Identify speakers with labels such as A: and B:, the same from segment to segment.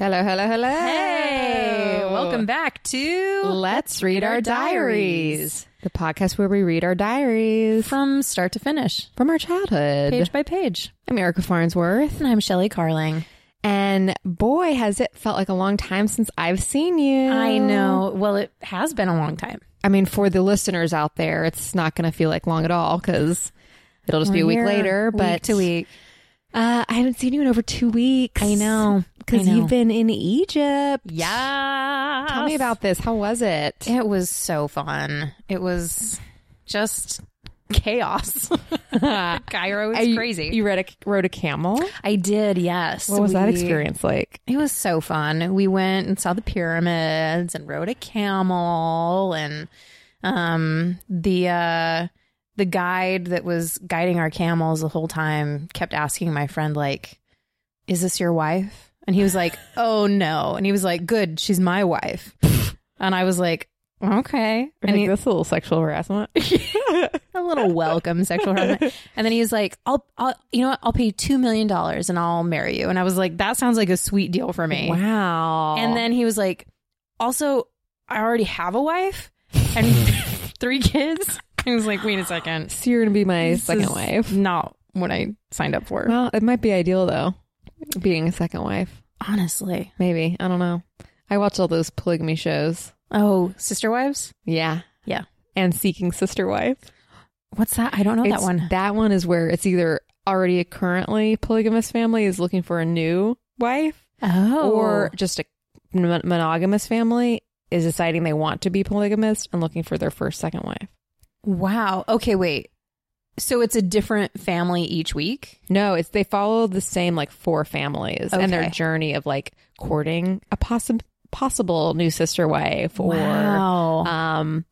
A: Hello, hello, hello.
B: Hey, welcome back to
A: Let's read our diaries. The podcast where we read our diaries
B: From Start to Finish,
A: from our childhood.
B: page by page.
A: I'm Erica Farnsworth.
B: And I'm Shelley Carling.
A: And boy, has it felt like a long time since I've seen you.
B: I know. Well, it has been a long time.
A: I mean, for the listeners out there, it's not going to feel like long at all because it'll just be a week
B: We're
A: later.
B: week
A: But
B: to week.
A: Uh, I haven't seen you in over two weeks.
B: I know.
A: Because
B: I know.
A: you've been in Egypt.
B: Yeah.
A: Tell me about this. How was it?
B: It was so fun. It was just chaos. Cairo is
A: You-
B: crazy.
A: You read a, rode a camel?
B: I did, yes.
A: What was that
B: We-
A: experience like?
B: It was so fun. We went and saw the pyramids and rode a camel and um the uh the guide that was guiding our camels the whole time kept asking my friend like is this your wife? And he was like, "Oh no." And he was like, "Good, she's my wife." and I was like, "Okay."
A: I
B: And
A: think
B: he,
A: that's a little sexual harassment.
B: a little welcome sexual harassment. And then he was like, "I'll I'll you know what? I'll pay you 2 million dollars and I'll marry you." And I was like, "That sounds like a sweet deal for me."
A: wow.
B: And then he was like, also, I already have a wife and three kids. He was like, wait a second.
A: so you're gonna be my
B: This
A: second
B: is
A: wife.
B: Not what I signed up for.
A: Well, it might be ideal though, being a second wife.
B: Honestly.
A: Maybe I don't know. I watch all those polygamy shows.
B: Oh, sister wives?
A: Yeah,
B: Yeah.
A: And Seeking Sister Wife.
B: What's that? I don't know that
A: It's-
B: one.
A: That one is where it's either already a currently polygamous family is looking for a new wife,
B: Oh.
A: or just a mon- monogamous family is deciding they want to be polygamist and looking for their first second wife.
B: wow. Okay, wait. So it's a different family each week?
A: No, it's they follow the same like four families and their
B: Okay.
A: journey of like courting a possible possible new sister wife or
B: uh,
A: um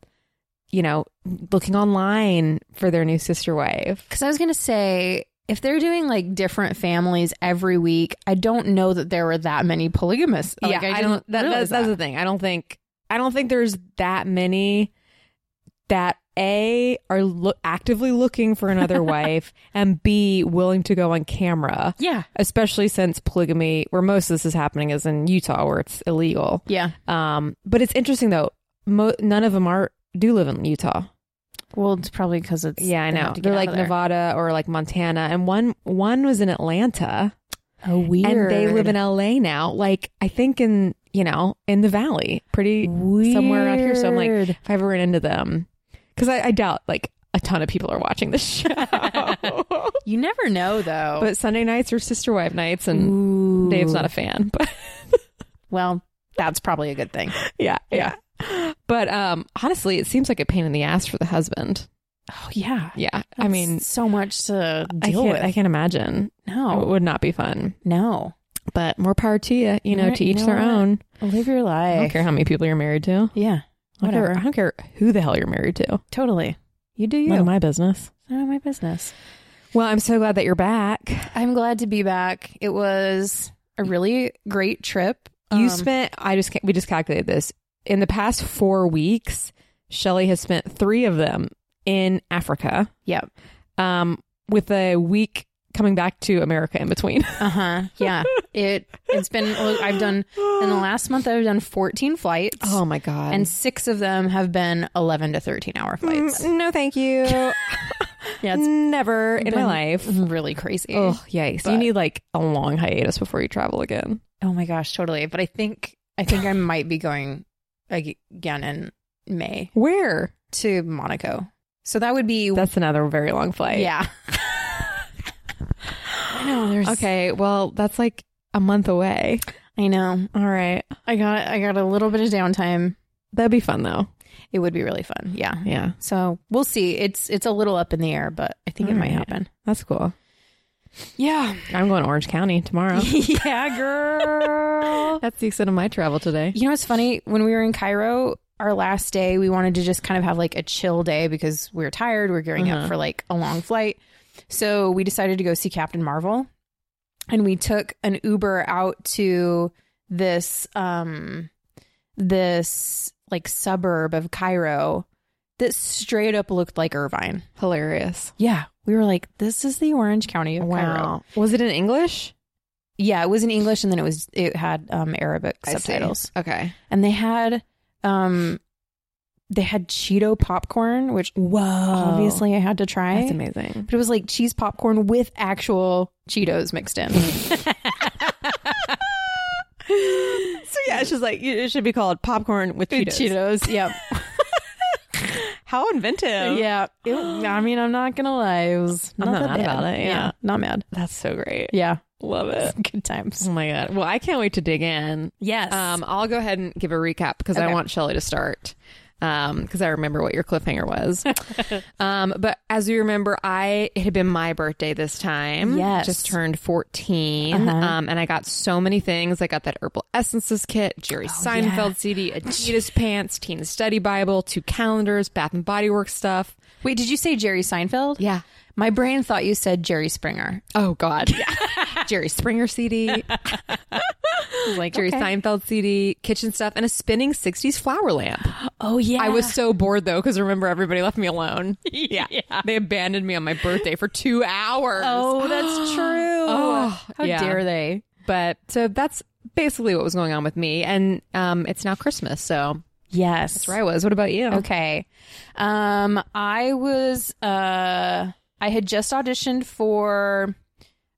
A: you know looking online for their new sister wife.
B: Because I was going to say, if they're doing like different families every week, I don't know that there were that many polygamists. Like,
A: I,
B: didn't
A: don't that, that's,
B: realize
A: that's the thing. I don't think I don't think there's that many that a are lo- actively looking for another wife and b willing to go on camera.
B: Yeah.
A: Especially since polygamy, where most of this is happening, is in Utah, where it's illegal.
B: Yeah.
A: Um, but it's interesting though. Mo- none of them are do live in Utah.
B: Well, it's probably because it's
A: Yeah, I
B: they have
A: know.
B: to get
A: They're
B: out
A: like
B: of there.
A: Nevada or like Montana, and one one was in Atlanta,
B: Oh, weird.
A: and they live in L.A. now. Like I think in you know in the Valley, pretty somewhere around here. So I'm like,
B: Weird.
A: if I ever ran into them, because I, I doubt like a ton of people are watching this show.
B: you never know though.
A: but Sunday nights are sister wife nights, and
B: Ooh.
A: Dave's not a fan, but.
B: well, that's probably a good thing.
A: Yeah, yeah. But um honestly, it seems like a pain in the ass for the husband.
B: Oh yeah.
A: Yeah. I mean,
B: so much to
A: I
B: deal
A: can't
B: with. Oh.
A: I can't imagine. Oh. It
B: no,
A: would not be fun.
B: no.
A: But more power to you, you know,
B: Right,
A: to each
B: you know
A: their
B: what?
A: own.
B: Live your
A: I don't
B: life.
A: care how many people you're married to. I don't
B: Yeah.
A: care-
B: Whatever.
A: I don't care who the hell you're married to.
B: Totally. You do you.
A: None of my business.
B: None of my business.
A: Well, I'm so glad that you're back.
B: I'm glad to be back. It was a really great trip.
A: you
B: Um,
A: spent I just ca- we just calculated this. In the past 4 weeks, Shelly has spent 3 of them in Africa.
B: Yep.
A: Um with a week coming back to America in between.
B: Uh huh. Yeah. It. It's been. well, I've done in the last month. I've done 14 flights.
A: Oh my god! Mm,
B: and six of them have been 11 to 13 hour flights.
A: no, thank you.
B: Yeah, it's
A: Never in my
B: been-
A: life.
B: really crazy.
A: Oh yikes! you
B: But-
A: need like a long hiatus before you travel again.
B: Oh my gosh, totally. But I think I think I might be going ag- again in May
A: Where?
B: to Monaco. So that would be
A: That's another very long flight.
B: yeah. I know. There's
A: Okay. Well, that's like a month away.
B: I know.
A: All right.
B: I got I got a little bit of downtime.
A: That'd be fun though.
B: It would be really fun. Yeah.
A: Yeah.
B: So we'll see. It's it's a little up in the air, but I think it might
A: Alright.
B: happen.
A: That's cool.
B: Yeah.
A: I'm going to Orange County tomorrow.
B: yeah, girl.
A: that's the extent of my travel today.
B: You know what's funny? When we were in Cairo, our last day, we wanted to just kind of have like a chill day because we were tired. We were gearing
A: Uh-huh.
B: up for like a long flight. So we decided to go see Captain Marvel. And we took an Uber out to this um this like suburb of Cairo that straight up looked like Irvine.
A: Hilarious.
B: Yeah. We were like, this is the Orange County of Cairo.
A: Was it in English?
B: yeah, it was in English and then it was it had um Arabic
A: I see.
B: subtitles.
A: Okay.
B: And they had um they had Cheeto popcorn, which
A: Whoa.
B: obviously I had to try.
A: Oh. That's amazing.
B: But it was like cheese popcorn with actual Cheetos mixed in.
A: So yeah, it's just like it should be called popcorn with Cheetos.
B: Cheetos, yep.
A: How inventive.
B: Yeah. It- I mean, I'm not going to lie. It was
A: Oh. I'm
B: not,
A: not
B: that
A: mad
B: bad.
A: about it, yeah.
B: Not mad.
A: That's so great.
B: Yeah.
A: Love it.
B: Good times.
A: Oh my god. Well, I can't wait to dig in.
B: Yes.
A: Um, I'll go ahead and give a recap because I
B: Okay.
A: want Shelly to start. Um, because I remember what your cliffhanger was. um, but as you remember, I it had been my birthday this time.
B: Yes. Uh-huh.
A: just turned 14 Um, and I got so many things. I got that herbal essences kit,
B: Oh,
A: Jerry Seinfeld CD, Adidas pants, Teen Study Bible, two calendars, Bath and Body Works stuff.
B: Wait, did you say Jerry Seinfeld?
A: Yeah.
B: My brain thought you said Jerry Springer.
A: Oh God, Jerry Springer CD.
B: Like
A: Oh, Jerry Seinfeld CD, kitchen stuff, and a spinning 60s flower lamp.
B: Oh yeah.
A: I was so bored though, because remember, everybody left me alone. Yeah. They abandoned me on my birthday for two hours.
B: Oh, that's true.
A: Oh,
B: How
A: yeah.
B: dare they?
A: But so that's basically what was going on with me. And um, it's now Christmas. So
B: Yes.
A: that's where I was. What about you?
B: Okay. Um I was uh I had just auditioned for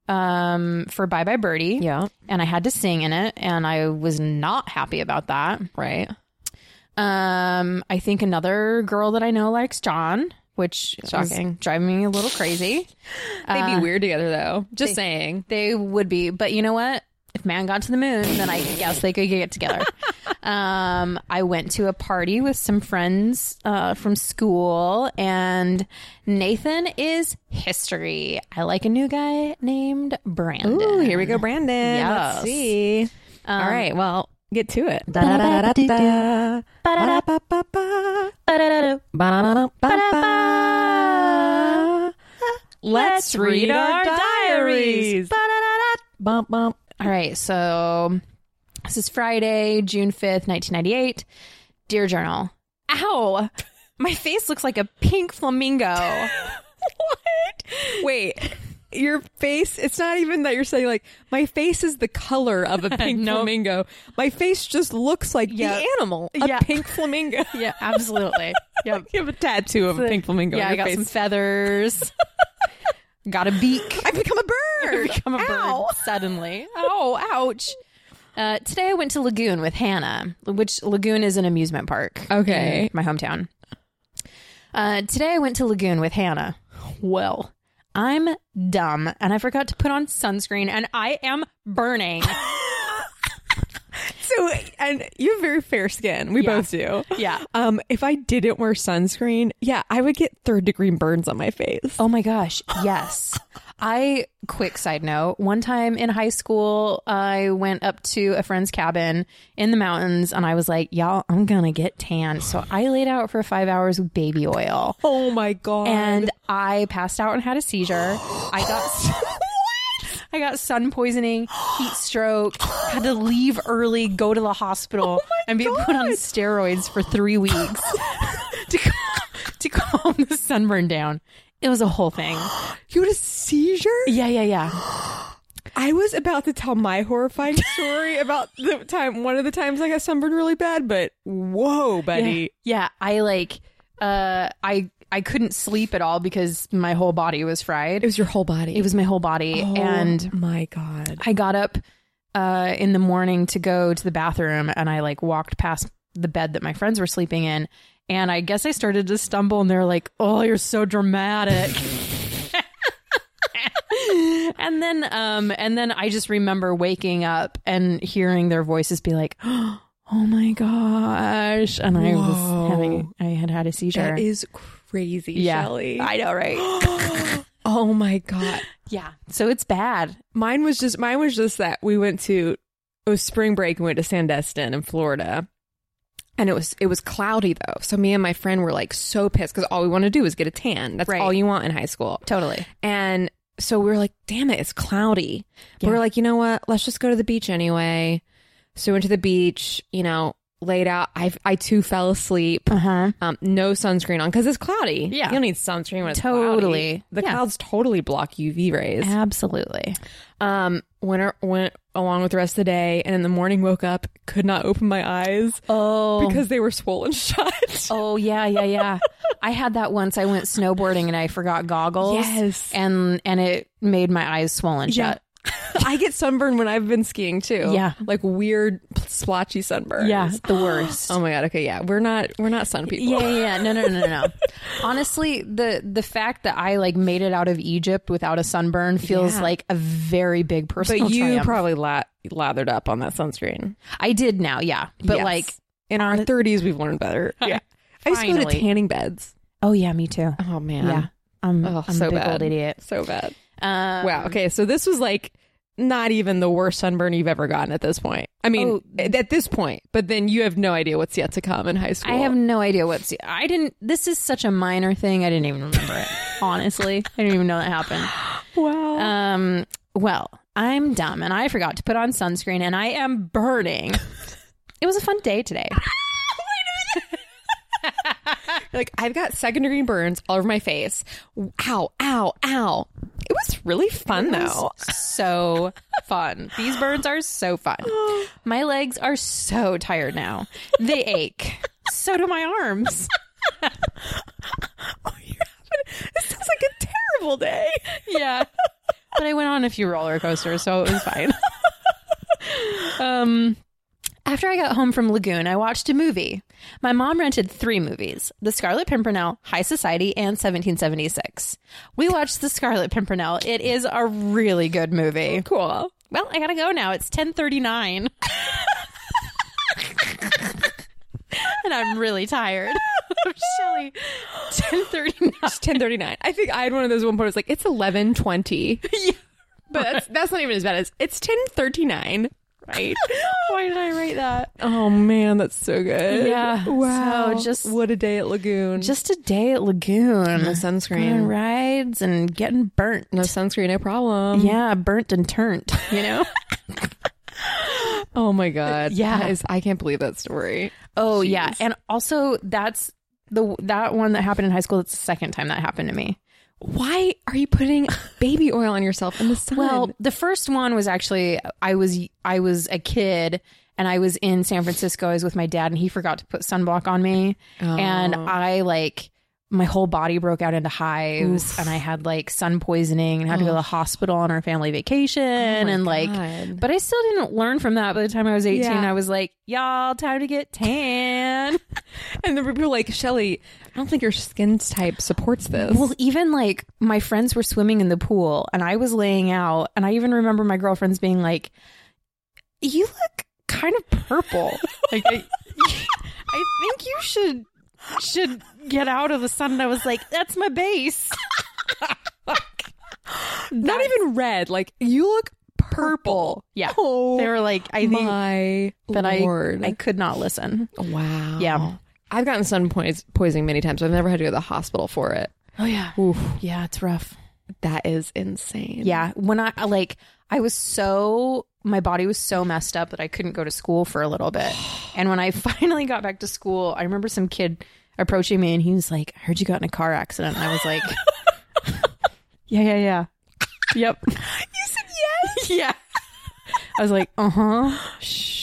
B: um for Bye Bye Birdie.
A: Yeah.
B: And I had to sing in it and I was not happy about that.
A: Right.
B: Um I think another girl that I know likes John, which is
A: Shocking.
B: driving me a little crazy.
A: They'd be weird together though. Just saying.
B: They would be, but you know what? If man got to the moon, then I guess they could get together. um, I went to a party with some friends uh, from school, and Nathan is history. I like a new guy named Brandon.
A: Ooh, here we go, Brandon. Let's
B: Yes.
A: see.
B: Um,
A: All right. Well, get to it.
B: Da-da-da-da-da.
A: Ba-da-da-ba-ba-ba. Ba-da-da-ba-ba. Let's read our diaries. Bum, bum.
B: All right, so this is Friday, June 5th, 1998. Dear Journal. Ow! My face looks like a pink flamingo.
A: Wait, your face, it's not even that you're saying, like, my face is the color of a pink flamingo. My face just looks like
B: Yeah.
A: the animal, a
B: Yeah.
A: pink flamingo.
B: Yeah, absolutely. yep.
A: You have a tattoo of a pink flamingo
B: Yeah,
A: on
B: I
A: your
B: got
A: face.
B: some feathers. got a beak.
A: I've become a bird.
B: Become a
A: Ow.
B: bird suddenly. Oh, ouch. Uh, today I went to Lagoon with Hannah, which Lagoon is an amusement park.
A: Okay.
B: in my hometown. Uh, today I went to Lagoon with Hannah. Well, I'm dumb and I forgot to put on sunscreen and I am burning.
A: So, and you have very fair skin. We
B: Yeah.
A: both do.
B: Yeah.
A: Um, if I didn't wear sunscreen, yeah, I would get third degree burns on my face.
B: Oh my gosh, yes. I quick side note, one time in high school, I went up to a friend's cabin in the mountains and I was like, y'all, I'm going to get tan. So I laid out for 5 hours with baby oil
A: Oh my god.
B: and I passed out and had a seizure. I got I got sun poisoning, heat stroke, had to leave early, go to the hospital, and be put on steroids for 3 weeks to cal- to calm the sunburn down. It was a whole thing.
A: you had a seizure?
B: Yeah, yeah, yeah.
A: I was about to tell my horrifying story about the time one of the times I got sunburned really bad, but whoa, buddy.
B: Yeah, I like uh I I couldn't sleep at all because my whole body was fried.
A: It was your whole body.
B: It was my whole body
A: Oh.
B: and
A: my god.
B: I got up uh, in the morning to go to the bathroom and I like walked past the bed that my friends were sleeping in. And I guess I started to stumble and they're like, oh, you're so dramatic. and then um and then I just remember waking up and hearing their voices be like, oh my gosh. And I
A: Whoa.
B: was having I had had a seizure.
A: That is crazy,
B: yeah.
A: Shelley.
B: I know, right?
A: oh my god.
B: yeah. So it's bad.
A: Mine was just mine was just that we went to it was spring break and we went to Sandestin in Florida. And it was it was cloudy though. So me and my friend were like so pissed cuz all we want to do is get a tan. That's
B: Right.
A: all you want in high school.
B: Totally.
A: And so we were like, damn it, it's cloudy. But
B: Yeah.
A: we're like, you know what? Let's just go to the beach anyway. So we went to the beach, you know, laid out. I I too fell asleep.
B: huh.
A: Um, no sunscreen on because it's cloudy.
B: Yeah.
A: you don't need sunscreen when it's
B: Totally.
A: cloudy. The
B: Yeah.
A: clouds totally block UV rays.
B: Absolutely.
A: Um, went went along with the rest of the day, and in the morning woke up, could not open my eyes
B: Oh.
A: because they were swollen shut.
B: Oh yeah, yeah, yeah. I had that once. I went snowboarding and I forgot goggles.
A: Yes.
B: and and it made my eyes swollen
A: Yeah.
B: shut.
A: I get sunburn when I've been skiing too.
B: Yeah.
A: like weird splotchy sunburn.
B: Yeah, the worst.
A: Oh my god. Okay. Yeah, we're not we're not sun people.
B: Yeah, yeah, yeah. No, no, no, no, no. Honestly, the the fact that I like made it out of Egypt without a sunburn feels
A: Yeah.
B: like a very big personal
A: But you
B: triumph.
A: probably la- lathered up on that sunscreen.
B: I did now, yeah. But
A: Yes.
B: like,
A: in our 30s, we've learned better. Yeah. I used to go to
B: Finally.
A: tanning beds.
B: oh yeah, me too.
A: Oh man.
B: Yeah, I'm,
A: Oh,
B: I'm
A: so
B: a big
A: bad.
B: old idiot.
A: So bad.
B: Um,
A: wow. Okay. So this was like not even the worst sunburn you've ever gotten at this point. I mean,
B: Oh.
A: at at this point, but then you have no idea what's yet to come in high school.
B: I have no idea what's. I didn't. This is such a minor thing. I didn't even remember it. Honestly, I didn't even know that happened.
A: Wow.
B: Um. Well, I'm dumb, and I forgot to put on sunscreen, and I am burning. it was a fun day today.
A: like, I've got second degree burns all over my face. Ow, ow, ow. It was really fun though.
B: so fun. These burns are so fun. My legs are so tired now. They ache. So do my arms. Oh,
A: This sounds like a terrible day.
B: Yeah. But I went on a few roller coasters, so it was fine. um after I got home from Lagoon, I watched a movie. My mom rented three movies The Scarlet Pimpernel, High Society, and 1776. We watched The Scarlet Pimpernel. It is a really good movie.
A: Cool.
B: Well, I gotta go now. It's ten thirty nine, and I'm really tired. I'm silly. Ten thirty nine.
A: It's 10:39. I think I had one of those one point. It was like it's 11:20.
B: Yeah.
A: but that's, that's not even as bad as it's 10:39. Right.
B: Why did I write that?
A: oh man, that's so good.
B: Yeah.
A: Wow.
B: So just-
A: what a day at Lagoon.
B: Just a day at Lagoon.
A: no
B: Going
A: sunscreen.
B: rides and getting burnt.
A: No sunscreen, no problem.
B: Yeah, burnt and turned. You know.
A: Oh my god.
B: Yeah.
A: That is- I can't believe that story.
B: oh yeah, and also that's the that one that happened in high school. That's the second time that happened to me.
A: Why are you putting baby oil on yourself in the sun?
B: Well, the first one was actually I was I was a kid and I was in San Francisco. I was with my dad and he forgot to put sunblock on me, and
A: Oh.
B: I like my whole body broke out into hives and I had like sun poisoning and had to go to the hospital on our family vacation and like.
A: Oh God.
B: But I still didn't learn from that. By the time I was 18,
A: Yeah.
B: I was like, y'all, time to get tan.
A: and the people were like, Shelly, I don't think your skin type supports this.
B: Well, even like my friends were swimming in the pool and I was laying out, and I even remember my girlfriends being like, You look kind of purple. like, I, I think you should should get out of the sun. And I was like, That's my base.
A: not even red. Like you look purple.
B: Yeah.
A: Oh,
B: They were like, I think,
A: my
B: but I,
A: lord.
B: I could not listen.
A: wow.
B: Yeah.
A: I've gotten sun pois- poisoning many times. I've never had to go to the hospital for it.
B: Oh, yeah.
A: Oof,
B: Yeah, it's rough.
A: that is insane.
B: Yeah. When I like, I was so, my body was so messed up that I couldn't go to school for a little bit. And when I finally got back to school, I remember some kid approaching me and he was like, I heard you got in a car accident. And I was like, Yeah, yeah, yeah. Yep. You said yes? yeah. I was like, uh huh.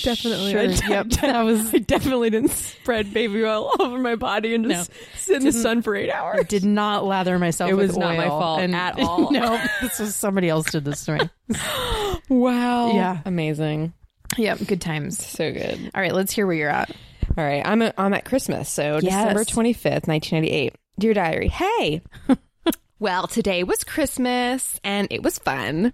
A: definitely.
B: Sure,
A: I,
B: yep.
A: I was. I definitely didn't spread baby oil all over my body and just sit in the sun for eight hours.
B: Did not lather myself.
A: It
B: with
A: was not my
B: oil.
A: fault
B: And-
A: at all.
B: No, this was somebody else did this to me.
A: Wow.
B: Yeah.
A: Amazing.
B: yep, good times.
A: So good.
B: All right, let's hear where you're at.
A: All right. I'm at, I'm at Christmas. So December 25th, 1998. Dear Diary. Hey. well, today was Christmas and it was fun.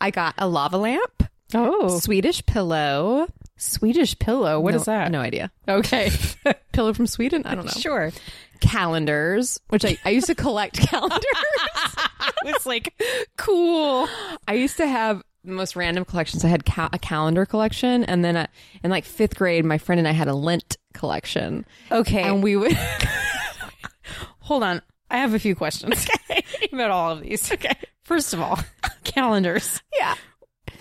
A: I got a lava lamp,
B: Oh,
A: Swedish pillow.
B: Swedish pillow. What is
A: What is
B: that?
A: No idea.
B: Okay.
A: Pillow from Sweden? I don't know.
B: Sure.
A: Calendars, which I, I used to collect calendars.
B: It's like
A: cool. I used to have the most random collections. I had ca- a calendar collection, and then a, in like fifth grade, my friend and I had a lint collection,
B: okay.
A: and we would.
B: hold on. I have a few questions about all of these. Okay. First of all, calendars.
A: yeah.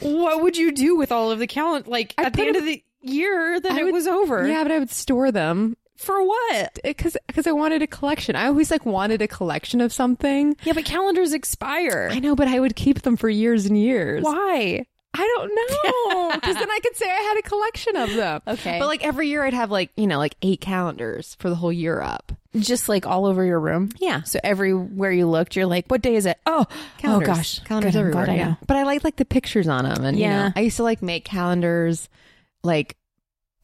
B: What would you do with all of the calendar? Like at the
A: put
B: end of the year that
A: I
B: it
A: would-
B: was over.
A: Yeah, but I would store them
B: For what?
A: because I wanted a collection. I always like wanted a collection of something.
B: Yeah, but calendars expire.
A: I know, but I would keep them for years and years.
B: Why?
A: I don't know because then I could say I had a collection of them.
B: Okay.
A: but like every year I'd have like you know like eight calendars for the whole year up.
B: Just like all over your room.
A: Yeah.
B: So everywhere you looked, you're like, what day is it? Oh,
A: Calendars.
B: oh gosh.
A: calendars
B: Good, I'm
A: everywhere.
B: glad I
A: yeah.
B: know.
A: but I liked like the pictures on them, and you
B: Yeah.
A: know, I used to like make calendars like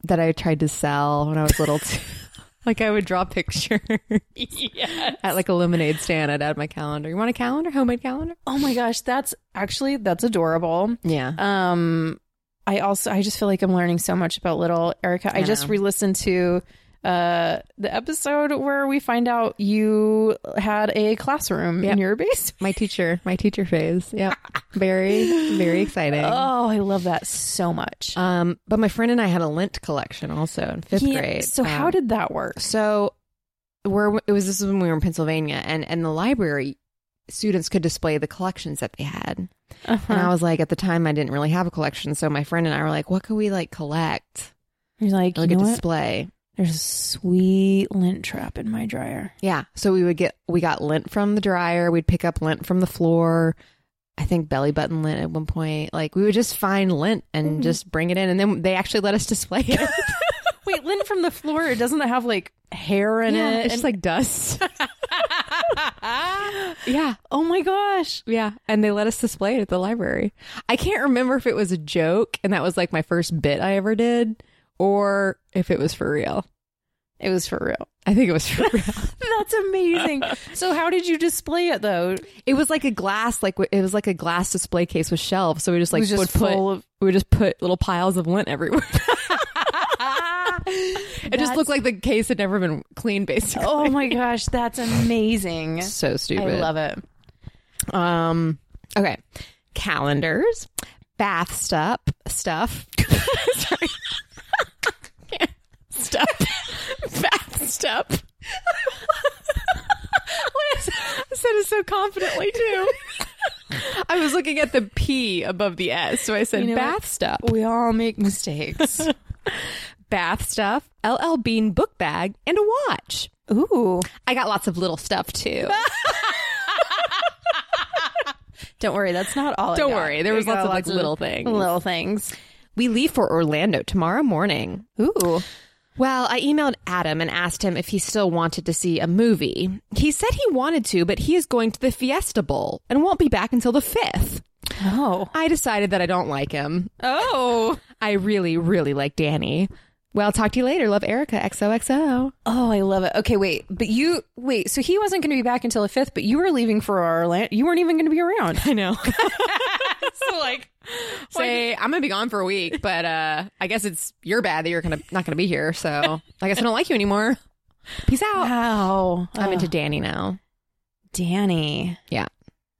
A: that I tried to sell when I was little too. like I would draw pictures
B: Yeah.
A: at like a lemonade stand. I'd add my calendar. You want a calendar? Homemade calendar?
B: Oh my gosh, that's actually that's adorable.
A: Yeah.
B: Um I also I just feel like I'm learning so much about little Erica. I, just
A: know.
B: re-listened to uh the episode where we find out you had a classroom
A: Yep.
B: in your basement.
A: my teacher, my teacher phase. Yep. very, very exciting.
B: Oh, I love that so much.
A: Um, but my friend and I had a lint collection also in fifth
B: Yeah,
A: grade.
B: So how
A: Um,
B: did that work?
A: so where it was this is when we were in Pennsylvania and and the library students could display the collections that they had.
B: Uh-huh.
A: And I was like at the time I didn't really have a collection, so my friend and I were like, what could we like collect?
B: You're like, you
A: Like
B: know
A: a
B: what?
A: display.
B: There's a sweet lint trap in my dryer.
A: Yeah. So we would get we got lint from the dryer, we'd pick up lint from the floor. I think belly button lint at one point. Like we would just find lint and just bring it in and then they actually let us display it.
B: Wait, lint from the floor. It doesn't have like hair in
A: yeah,
B: it.
A: it's just like dust. yeah,
B: oh my gosh.
A: yeah. And they let us display it at the library. I can't remember if it was a joke and that was like my first bit I ever did or if it was for real.
B: It was for real.
A: I think it was for real.
B: That's amazing. so how did you display it though?
A: it was like a glass, like it was like a glass display case with shelves. So we just
B: It
A: like
B: was
A: would
B: just
A: put,
B: full of-
A: we would just put little piles of lint everywhere.
B: ah!
A: it just
B: That's-
A: looked like the case had never been cleaned, basically.
B: Oh my gosh, that's amazing.
A: so
B: I
A: stupid.
B: love it.
A: Um. Okay. Calendars, bath stuff, stuff. Sorry. stuff. bath stuff. What is- I said it so confidently too. I was looking at the P above the S, so I said
B: You know what?
A: bath stuff.
B: We all make mistakes.
A: Bath stuff, LL Bean book bag, and a watch.
B: Ooh.
A: I got lots of little stuff too.
B: Don't worry, that's not all. I
A: Don't
B: got.
A: worry, there
B: I
A: was
B: got
A: lots of, like, little things.
B: Little things.
A: We leave for Orlando tomorrow morning.
B: Ooh.
A: Well, I emailed Adam and asked him if he still wanted to see a movie. He said he wanted to, but he is going to the Fiesta Bowl and won't be back until the 5th.
B: Oh.
A: I decided that I don't like him.
B: Oh.
A: I really, really like Danny. Well, talk to you later. Love Erica. XOXO.
B: Oh, I love it. Okay, wait, but you wait. So he wasn't going to be back until the fifth, but you were leaving for our land. You weren't even going to be around.
A: I know.
B: so like,
A: Say, I'm going to be gone for a week, but uh, I guess it's your bad that you're gonna, not going to be here. So I guess I don't like you anymore. Peace out.
B: wow,
A: I'm into Danny now.
B: Danny.
A: Yeah.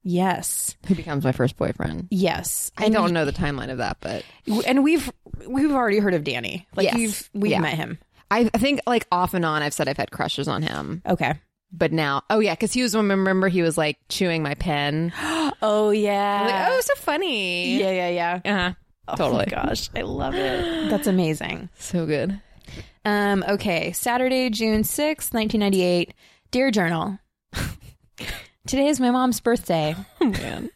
B: Yes,
A: Who becomes my first boyfriend.
B: yes.
A: I don't know the timeline of that, but
B: And we've we've already heard of Danny. Like
A: Yes.
B: we've we've
A: Yeah.
B: met him.
A: I, I think like off and on, I've said I've had crushes on him,
B: Okay.
A: but now, oh yeah, because he was one. Remember, he was like chewing my pen.
B: Oh yeah.
A: I'm like, oh, so funny.
B: yeah, yeah, yeah.
A: Uh-huh.
B: Oh my
A: Totally.
B: gosh, I love it. That's amazing.
A: So good.
B: Um, okay, Saturday, June sixth, 1998. Dear Journal, today is my mom's birthday.
A: Man.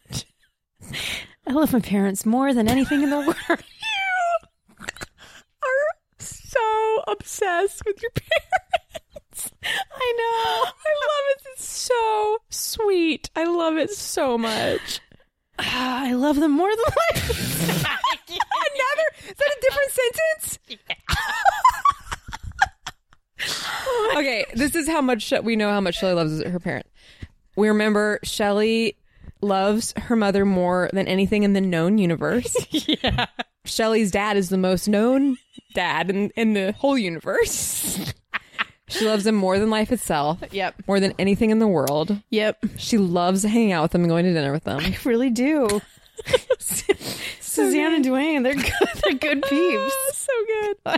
B: I love my parents more than anything in the world.
A: so obsessed with your parents. I know. I love it. It's so sweet. I love it so much.
B: Ah, I love them more than life.
A: Another? Is that a different sentence? okay, this is how much she- we know how much Shelly loves her parent. We remember Shelly loves her mother more than anything in the known universe. yeah. Shelly's dad is the most known dad in, in the whole universe. she loves him more than life itself.
B: Yep.
A: More than anything in the world.
B: Yep,
A: She loves hanging out with them and going to dinner with them.
B: I really do. Suzanne and Dwayne, they're good. They're good peeps.
A: so good.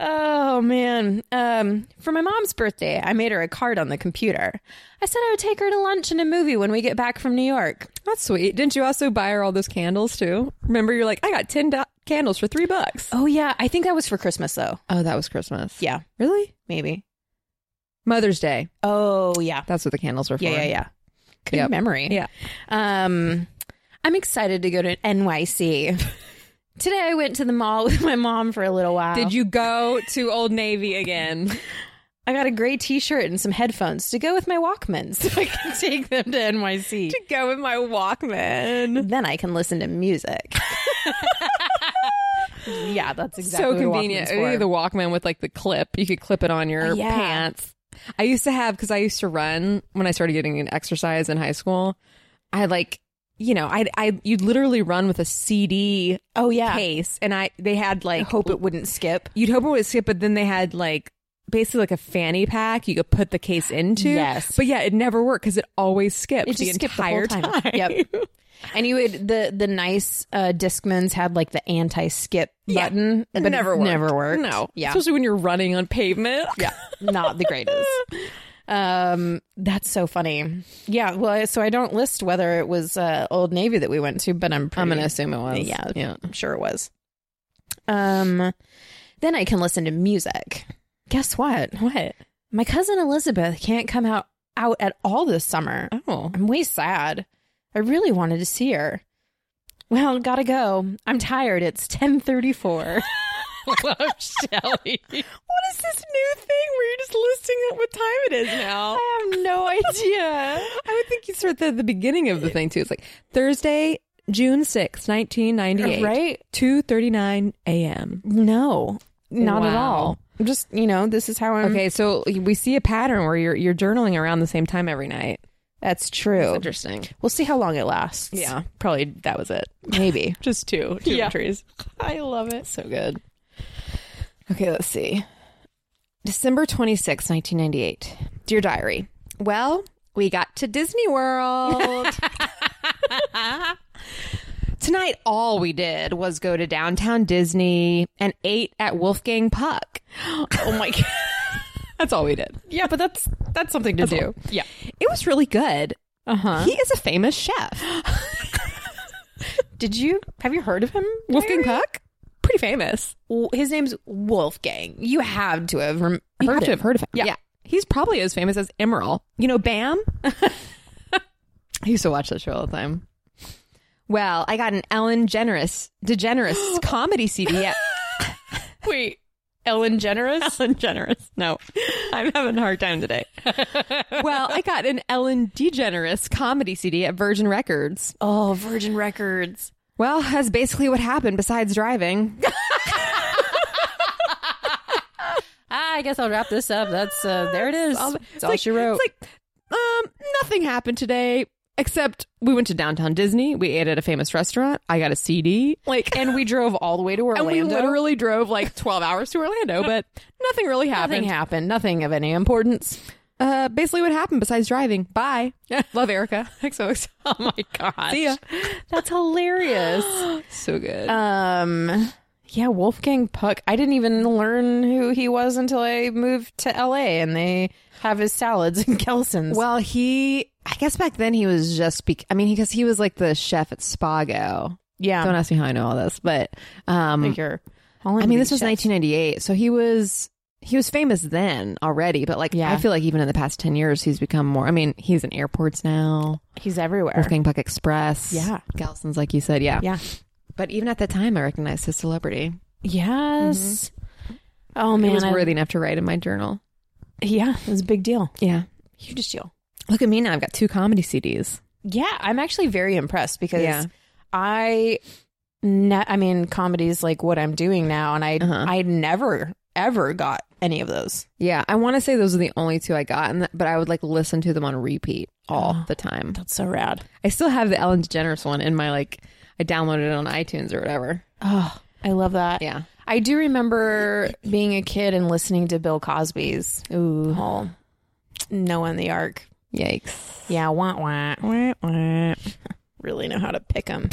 B: Oh man. Um, for my mom's birthday, I made her a card on the computer. I said I would take her to lunch and a movie when we get back from New York.
A: That's sweet. Didn't you also buy her all those candles too? Remember, you're like, I got ten do- candles for three bucks.
B: Oh yeah, I think that was for Christmas though.
A: Oh, that was Christmas.
B: Yeah,
A: Really?
B: maybe.
A: Mother's Day.
B: Oh yeah,
A: That's what the candles were for.
B: yeah, yeah, yeah. Good
A: Yep.
B: memory.
A: Yeah.
B: Um, I'm excited to go to NYC. Today I went to the mall with my mom for a little while.
A: Did you go to Old Navy again?
B: I got a gray T-shirt and some headphones to go with my Walkman, so I can take them to NYC.
A: to go with my Walkman.
B: then I can listen to music. yeah, that's exactly
A: so
B: what a
A: convenient.
B: Walkman's for.
A: Ooh, The Walkman with like the clip. You could clip it on your
B: Yeah.
A: pants. I used to have because I used to run when I started getting an exercise in high school. I like, you know, I I you'd literally run with a CD
B: oh yeah,
A: case, and I they had
B: I
A: like
B: hope it wouldn't skip.
A: you'd hope it would skip, but then they had like basically like a fanny pack you could put the case into.
B: Yes.
A: but yeah, it never worked because it always skipped
B: It
A: the
B: just skipped the whole
A: entire
B: time. Yep. And you would the the nice uh, discmans had like the anti skip
A: Yeah.
B: button, but
A: never
B: it
A: worked.
B: never worked.
A: No,
B: yeah,
A: especially when you're running on pavement.
B: yeah, not the greatest. Um, that's so funny. Yeah, well, so I don't list whether it was uh, Old Navy that we went to, but I'm pretty,
A: I'm gonna assume it was.
B: Yeah.
A: yeah.
B: I'm sure it was. Um, then I can listen to music. Guess what?
A: What?
B: My cousin Elizabeth can't come out out at all this summer.
A: Oh,
B: I'm way sad. I really wanted to see her. Well, gotta go. I'm tired. It's ten thirty four. Oh,
A: love Shelly. What is this new thing where you're just listing up what time it is now?
B: I have no idea.
A: I would think you start that at the beginning of the thing too. It's like Thursday, June sixth, nineteen ninety eight,
B: Right?
A: Two thirty nine a.m.
B: No, not at
A: Wow.
B: all. I'm just you know, this is how I'm.
A: Okay, so we see a pattern where you're you're journaling around the same time every night.
B: That's true.
A: Interesting.
B: We'll see how long it lasts.
A: Yeah, probably that was it.
B: maybe.
A: Just two, two
B: Yeah.
A: entries.
B: I love it. So good.
A: Okay, let's see. December twenty sixth, 1998. Dear Diary. Well, we got to Disney World. Tonight, all we did was go to downtown Disney and ate at Wolfgang Puck.
B: Oh my god.
A: That's all we did.
B: Yeah, but that's that's something to
A: That's
B: do.
A: all. It was really good.
B: Uh huh.
A: He is a famous chef.
B: Did you have you heard of him?
A: Wolfgang Puck? Pretty famous.
B: W- His name's Wolfgang. You have to have rem-
A: You
B: heard
A: have
B: him.
A: to have heard of him.
B: Yeah.
A: He's probably as famous as Emerald. You know, Bam? I used to watch that show all the time. Well, I got an Ellen Generous, DeGeneres comedy CD. at-
B: Wait, Ellen Generous.
A: Ellen Generous. No, I'm having a hard time today. well, I got an Ellen DeGeneres comedy CD at Virgin Records.
B: Oh, Virgin Records.
A: Well, that's basically what happened besides driving.
B: Ah, I guess I'll wrap this up. That's uh, there it is.
A: all-
B: That's all
A: like-
B: she wrote.
A: It's like, um, nothing happened today except we went to downtown Disney. We ate at a famous restaurant. I got a CD. Like,
B: and we drove all the way to Orlando.
A: and we literally drove like 12 hours to Orlando, but nothing really
B: nothing
A: happened.
B: happened. Nothing of any importance.
A: uh, basically, what happened besides driving? Bye. Love Erica. XOXO.
B: Oh my god.
A: See ya.
B: That's hilarious.
A: So good.
B: Um, yeah, Wolfgang Puck. I didn't even learn who he was until I moved to LA and they have his salads and Kelsons.
A: well, he, I guess back then he was just, bec- I mean, because he was like the chef at Spago. Don't
B: yeah, Mm.
A: ask me how I know all this, but um,
B: figure.
A: I mean, this was 1998, so he was he was famous then already, but like
B: Yeah.
A: I feel like even in the past 10 years, he's become more. I mean, he's in airports now,
B: He's everywhere.
A: Wolfgang Puck Express,
B: Yeah.
A: Galson's, like you said, yeah,
B: Yeah.
A: But even at that time, I recognized his celebrity.
B: Yes. Oh man,
A: Mm-hmm. it was
B: I-
A: worthy enough to write in my journal.
B: yeah, it was a big deal,
A: Yeah,
B: huge deal.
A: look at me now. I've got two comedy CDs.
B: Yeah, I'm actually very impressed because
A: Yeah.
B: I, ne- I mean, comedy is like what I'm doing now, and I,
A: Uh-huh.
B: I never ever got any of those.
A: Yeah, I want to say those are the only two I got, and th- but I would like listen to them on repeat all the time.
B: That's so rad.
A: I still have the Ellen DeGeneres one in my like. I downloaded it on iTunes or whatever.
B: Oh, I love that.
A: Yeah.
B: I do remember being a kid and listening to Bill Cosby's
A: Ooh.
B: whole Noah in the Ark.
A: Yikes.
B: Yeah, wah wah. Really know how to pick them.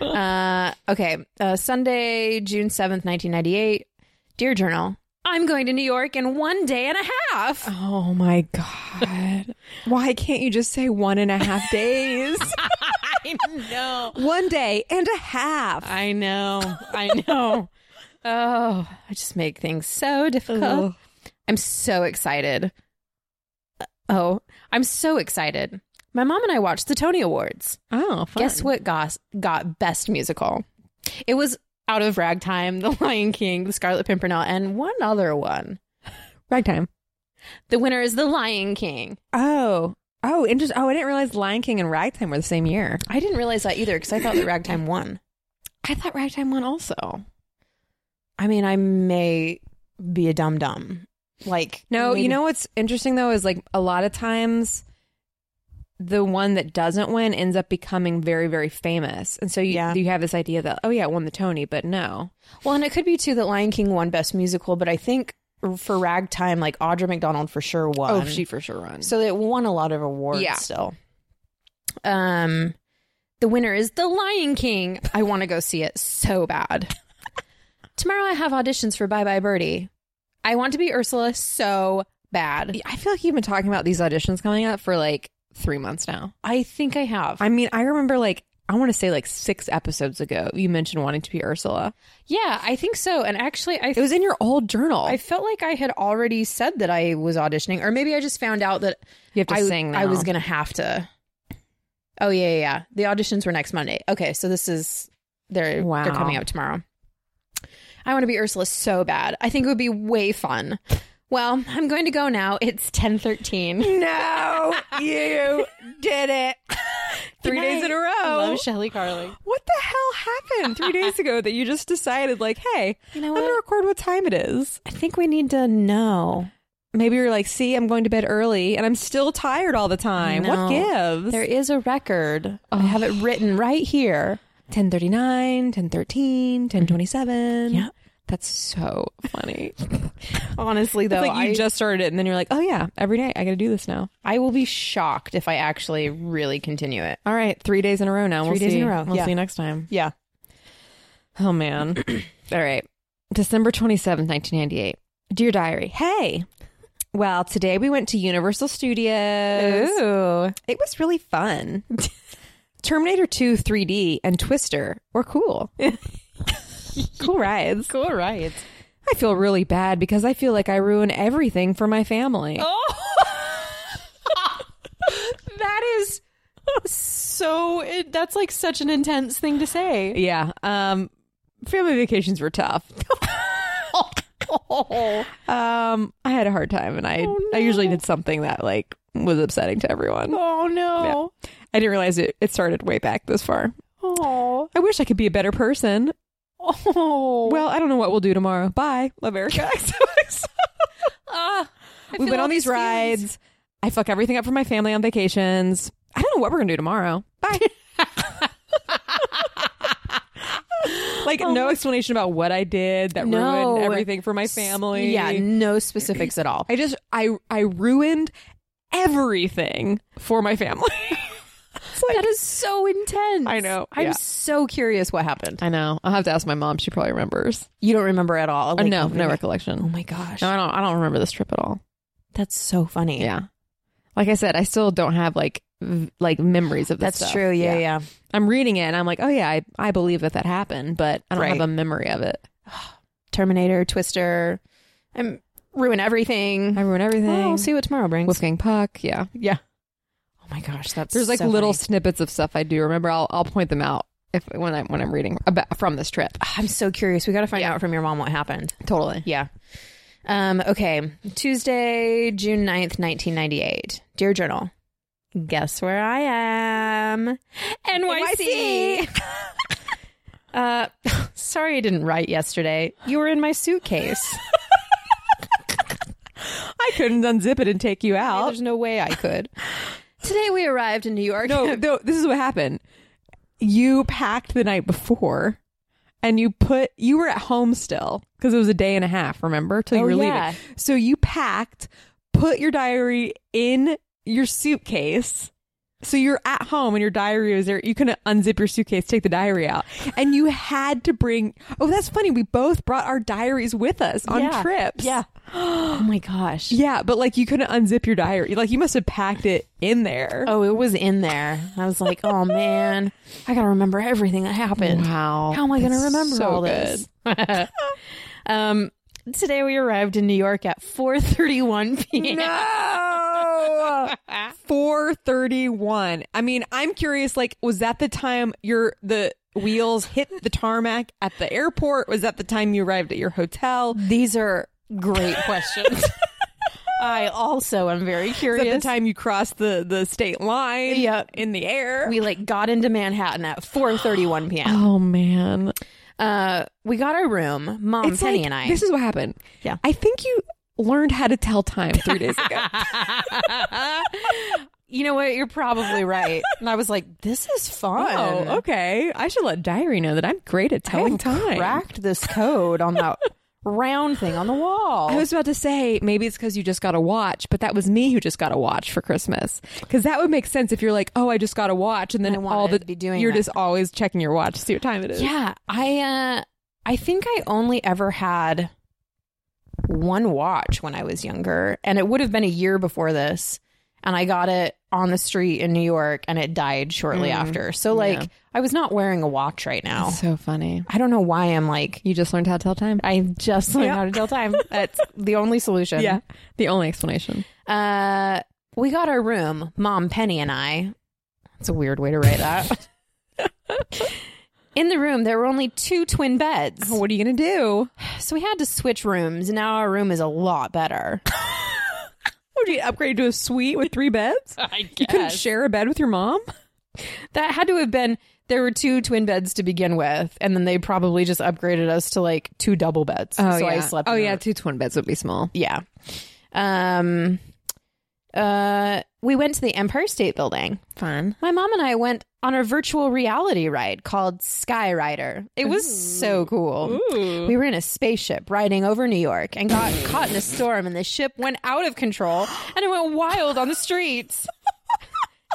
B: uh, okay. Uh, Sunday, June 7th, 1998. Dear Journal, I'm going to New York in one day and a half.
A: Oh my God. Why can't you just say one and a half days?
B: I know.
A: One day and a half.
B: I know. I know. oh, I just make things so difficult.
A: Ugh.
B: I'm so excited. Oh, I'm so excited. My mom and I watched the Tony Awards.
A: Oh, fun.
B: Guess what got, got Best Musical? It was Out of Ragtime, The Lion King, The Scarlet Pimpernel, and one other one.
A: Ragtime.
B: The winner is The Lion King.
A: Oh. Oh, interesting. Oh, I didn't realize Lion King and Ragtime were the same year.
B: I didn't realize that either because I thought that Ragtime won. I thought Ragtime won also. I mean, I may be a dum dum. Like,
A: No,
B: maybe-
A: you know what's interesting though is like a lot of times the one that doesn't win ends up becoming very, very famous. And so you,
B: Yeah.
A: you have this idea that, oh, yeah, it won the Tony, but no.
B: Well, and it could be too that Lion King won Best Musical, but I think for Ragtime, like Audra McDonald Oh, for sure won.
A: for sure won.
B: so it won a lot of awards
A: Yeah.
B: still. Um, the winner is The Lion King. I want to go see it so bad. Tomorrow I have auditions for Bye Bye Birdie. I want to be Ursula so bad.
A: I feel like you've been talking about these auditions coming up for like three months now.
B: I think I have.
A: I mean, I remember like, I want to say like six episodes ago, you mentioned wanting to be Ursula.
B: Yeah, I think so. And actually, I
A: It was in your old journal.
B: I felt like I had already said that I was auditioning, or maybe I just found out that
A: you have to
B: I,
A: sing now.
B: I was gonna have to. Oh yeah, yeah, yeah. The auditions were next Monday. Okay, so this is they're
A: Wow.
B: they're coming up tomorrow. I want to be Ursula so bad. I think it would be way fun. Well, I'm going to go now. It's ten thirteen.
A: No, you did it. Three days in a row.
B: Love Shelley Carling.
A: What the hell happened three days ago that you just decided, like, hey,
B: You know
A: I'm going to
B: what?
A: record what time it is?
B: I think we need to know.
A: Maybe you're like, see, I'm going to bed early and I'm still tired all the time. What
B: No.
A: gives?
B: There is a record. I have it written right here.
A: 1039, 1013, 1027.
B: Yeah.
A: That's so funny.
B: Honestly, though,
A: like you
B: I,
A: just started it and then you're like, oh, yeah, every day I got to do this now.
B: I will be shocked if I actually really continue it.
A: All right. Three days in a row now. Three we'll
B: days in
A: see.
B: a row.
A: We'll
B: Yeah.
A: see you next time.
B: Yeah.
A: Oh, man. All right. December 27th, 1998. Dear Diary. Hey. Well, today we went to Universal Studios.
B: Ooh.
A: It was really fun. Terminator 2 3D and Twister were cool. cool rides.
B: Cool right.
A: I feel really bad because I feel like I ruin everything for my family.
B: Oh. that is so it, that's like such an intense thing to say.
A: Yeah. Um family vacations were tough.
B: Oh.
A: Um I had a hard time and I I usually did something that like was upsetting to everyone.
B: Oh, no.
A: I didn't realize it, it started way back this far.
B: Oh.
A: I wish I could be a better person.
B: Oh.
A: Well, I don't know what we'll do tomorrow. Bye, America.
B: Ah, I
A: we
B: feel
A: went
B: all
A: on these
B: feelings.
A: rides. I fuck everything up for my family on vacations. I don't know what we're gonna do tomorrow. Bye. like no explanation about what I did that
B: No.
A: ruined everything for my family.
B: Yeah, no specifics at all.
A: I just I I ruined everything for my family.
B: that is so intense.
A: I know,
B: I'm
A: yeah.
B: so curious what happened.
A: I know. I'll have to ask my mom. She probably remembers.
B: You don't remember at all. Like,
A: no,
B: nothing.
A: no recollection.
B: Oh my gosh.
A: no, I don't. I don't remember this trip at all.
B: That's so funny.
A: Yeah. Like I said, I still don't have like v- like memories of this
B: That's
A: stuff.
B: true. Yeah, yeah.
A: I'm reading it and I'm like, oh yeah, I, I believe that that happened, but I don't
B: Right.
A: have a memory of it.
B: Terminator, Twister. I'm ruin everything.
A: I ruin everything.
B: Mm-hmm. Well, we'll see what tomorrow brings.
A: Wolfgang Puck, yeah.
B: yeah. Oh my gosh, that's
A: There's like
B: so
A: little
B: funny.
A: snippets of stuff I do remember. I'll I'll point them out if when I when I'm reading about from this trip.
B: I'm so curious. We got to find out from your mom what happened.
A: Totally.
B: Yeah. Um, okay. Tuesday, June 9th, 1998. Dear Journal, guess where I am? NYC. uh, sorry I didn't write yesterday. You were in my suitcase.
A: I couldn't unzip it and take you out.
B: There's no way I could. Today we arrived in New York.
A: No, no, this is what happened. You packed the night before and you put you were at home still because it was a day and a half, remember? Till you
B: Oh,
A: were
B: yeah.
A: leaving. So you packed, put your diary in your suitcase, So you're at home and your diary was there. You couldn't unzip your suitcase, take the diary out, and you had to bring. Oh, that's funny. We both brought our diaries with us on
B: Yeah.
A: trips.
B: Yeah. oh my gosh.
A: yeah, but like you couldn't unzip your diary. Like you must have packed it in there.
B: Oh, it was in there. I was like, oh man, I gotta remember everything that happened.
A: wow.
B: How am I gonna
A: That's
B: remember
A: so
B: all this? um, today we arrived in New York at 4:31 p.m.
A: No. 431. I mean, I'm curious like was that the time your the wheels hit the tarmac at the airport? Was that the time you arrived at your hotel?
B: These are great questions. I also am very
A: Was that the
B: curious.
A: time you crossed the the state line
B: Yeah.
A: in the air?
B: We like got into Manhattan at 4:31 p.m.
A: oh man.
B: Uh, we got our room, mom,
A: It's
B: Penny,
A: like,
B: and I.
A: This is what happened.
B: Yeah.
A: I think you learned how to tell time 3 days ago.
B: you know what? You're probably right. And I was like, this is fun.
A: oh, okay. I should let Diary know that I'm great at
B: I
A: telling
B: have
A: time.
B: cracked this code on that round thing on the wall.
A: I was about to say maybe it's because you just got a watch, but that was me who just got a watch for Christmas. Because that would make sense if you're like, oh, I just got a watch, and then
B: I wanted
A: all the
B: to be doing
A: you're
B: that.
A: just always checking your watch to see what time it is.
B: yeah, I uh, I think I only ever had one watch when I was younger, and it would have been a year before this. And I got it on the street in New York, and it died shortly after. So like,
A: yeah.
B: I was not wearing a watch right now.
A: so funny.
B: I don't know why I'm like.
A: You just learned how to tell time.
B: I just learned
A: Yeah.
B: how to tell time. That's the only solution.
A: yeah, the only explanation.
B: Uh, we got our room, Mom, Penny, and I. It's a weird way to write that. In the room, there were only two twin beds.
A: what are you gonna do?
B: So we had to switch rooms. and Now our room is a lot better.
A: Would you upgrade to a suite with three beds?
B: I
A: You couldn't share a bed with your mom.
B: that had to have been, there were two twin beds to begin with. And then they probably just upgraded us to like two double beds. so I slept.
A: Oh
B: in a-
A: yeah, two twin beds would be small.
B: Yeah. Um, uh, we went to the Empire State Building.
A: Fun.
B: My mom and I went on a virtual reality ride called Sky Rider. It was so cool.
A: Ooh.
B: We were in a spaceship riding over New York and got caught in a storm, and the ship went out of control and it went wild on the streets.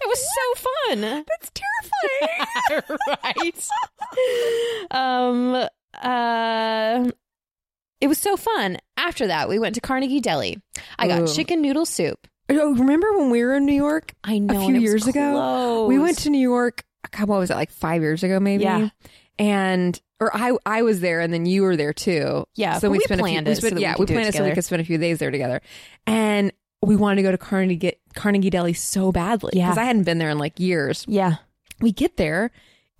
B: It was so fun.
A: That's terrifying.
B: right. Um uh it was so fun. After that, we went to Carnegie Deli. I got
A: Ooh.
B: chicken noodle soup.
A: oh, remember when we were in New York
B: I know
A: a
B: and
A: few
B: it was
A: years ago. We
B: closed.
A: went to New York. God, what was it like five years ago, maybe?
B: Yeah.
A: And or I I was there, and then you were there too.
B: Yeah,
A: So
B: but
A: we,
B: we
A: spent
B: planned
A: a few,
B: it so
A: spent-
B: that we
A: yeah,
B: could
A: we
B: do it
A: planned it so we
B: together.
A: could spend a few days there together, and we wanted to go to Carnegie get Carnegie Deli so badly
B: Yeah.
A: because I hadn't been there in like years.
B: Yeah.
A: We get there,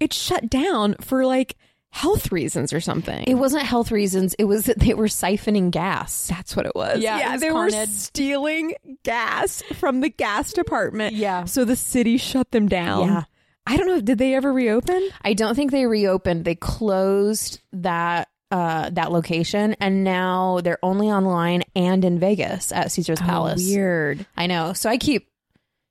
A: it's shut down for like health reasons or something.
B: It wasn't health reasons. It was that they were siphoning gas.
A: that's what it was.
B: Yeah, it was
A: they were
B: Con Ed.
A: stealing gas from the gas department.
B: Yeah.
A: so the city shut them down.
B: Yeah.
A: I don't know. Did they ever reopen?
B: I don't think they reopened. They closed that uh, that location, and now they're only online and in Vegas at
A: Oh,
B: Caesar's Palace.
A: Weird.
B: I know. So I keep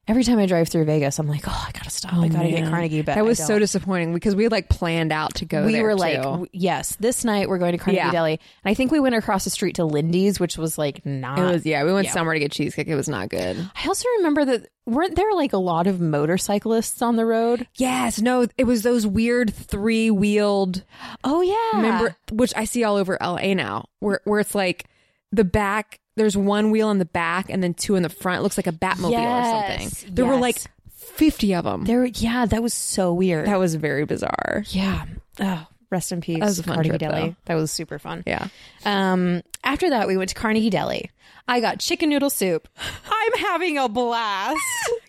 B: every time I drive through Vegas, I'm like, oh, I gotta stop. I gotta get
A: man.
B: Carnegie. But
A: that was
B: I
A: so
B: don't.
A: disappointing because we had like planned out to go.
B: we
A: there,
B: were like,
A: too.
B: w- yes, this night we're going to Carnegie
A: Yeah.
B: Deli, and I think we went across the street to Lindy's, which was like not.
A: it was uh, yeah. We went somewhere to get cheesecake. It was not good.
B: I also remember that weren't there like a lot of motorcyclists on the road?
A: Yes, no. It was those weird three wheeled.
B: Oh yeah,
A: Remember, which I see all over LA now, where where it's like the back. There's one wheel in the back and then two in the front. It looks like a Batmobile or
B: Yes,
A: something. There were
B: yes.
A: like fifty of them.
B: There, yeah, that was so weird.
A: that was very bizarre.
B: yeah. Oh, rest in peace,
A: was a fun
B: Carnegie
A: trip,
B: Deli.
A: though.
B: That was super fun.
A: Yeah,
B: Um, after that, we went to Carnegie Deli. I got chicken noodle soup. I'm having a blast.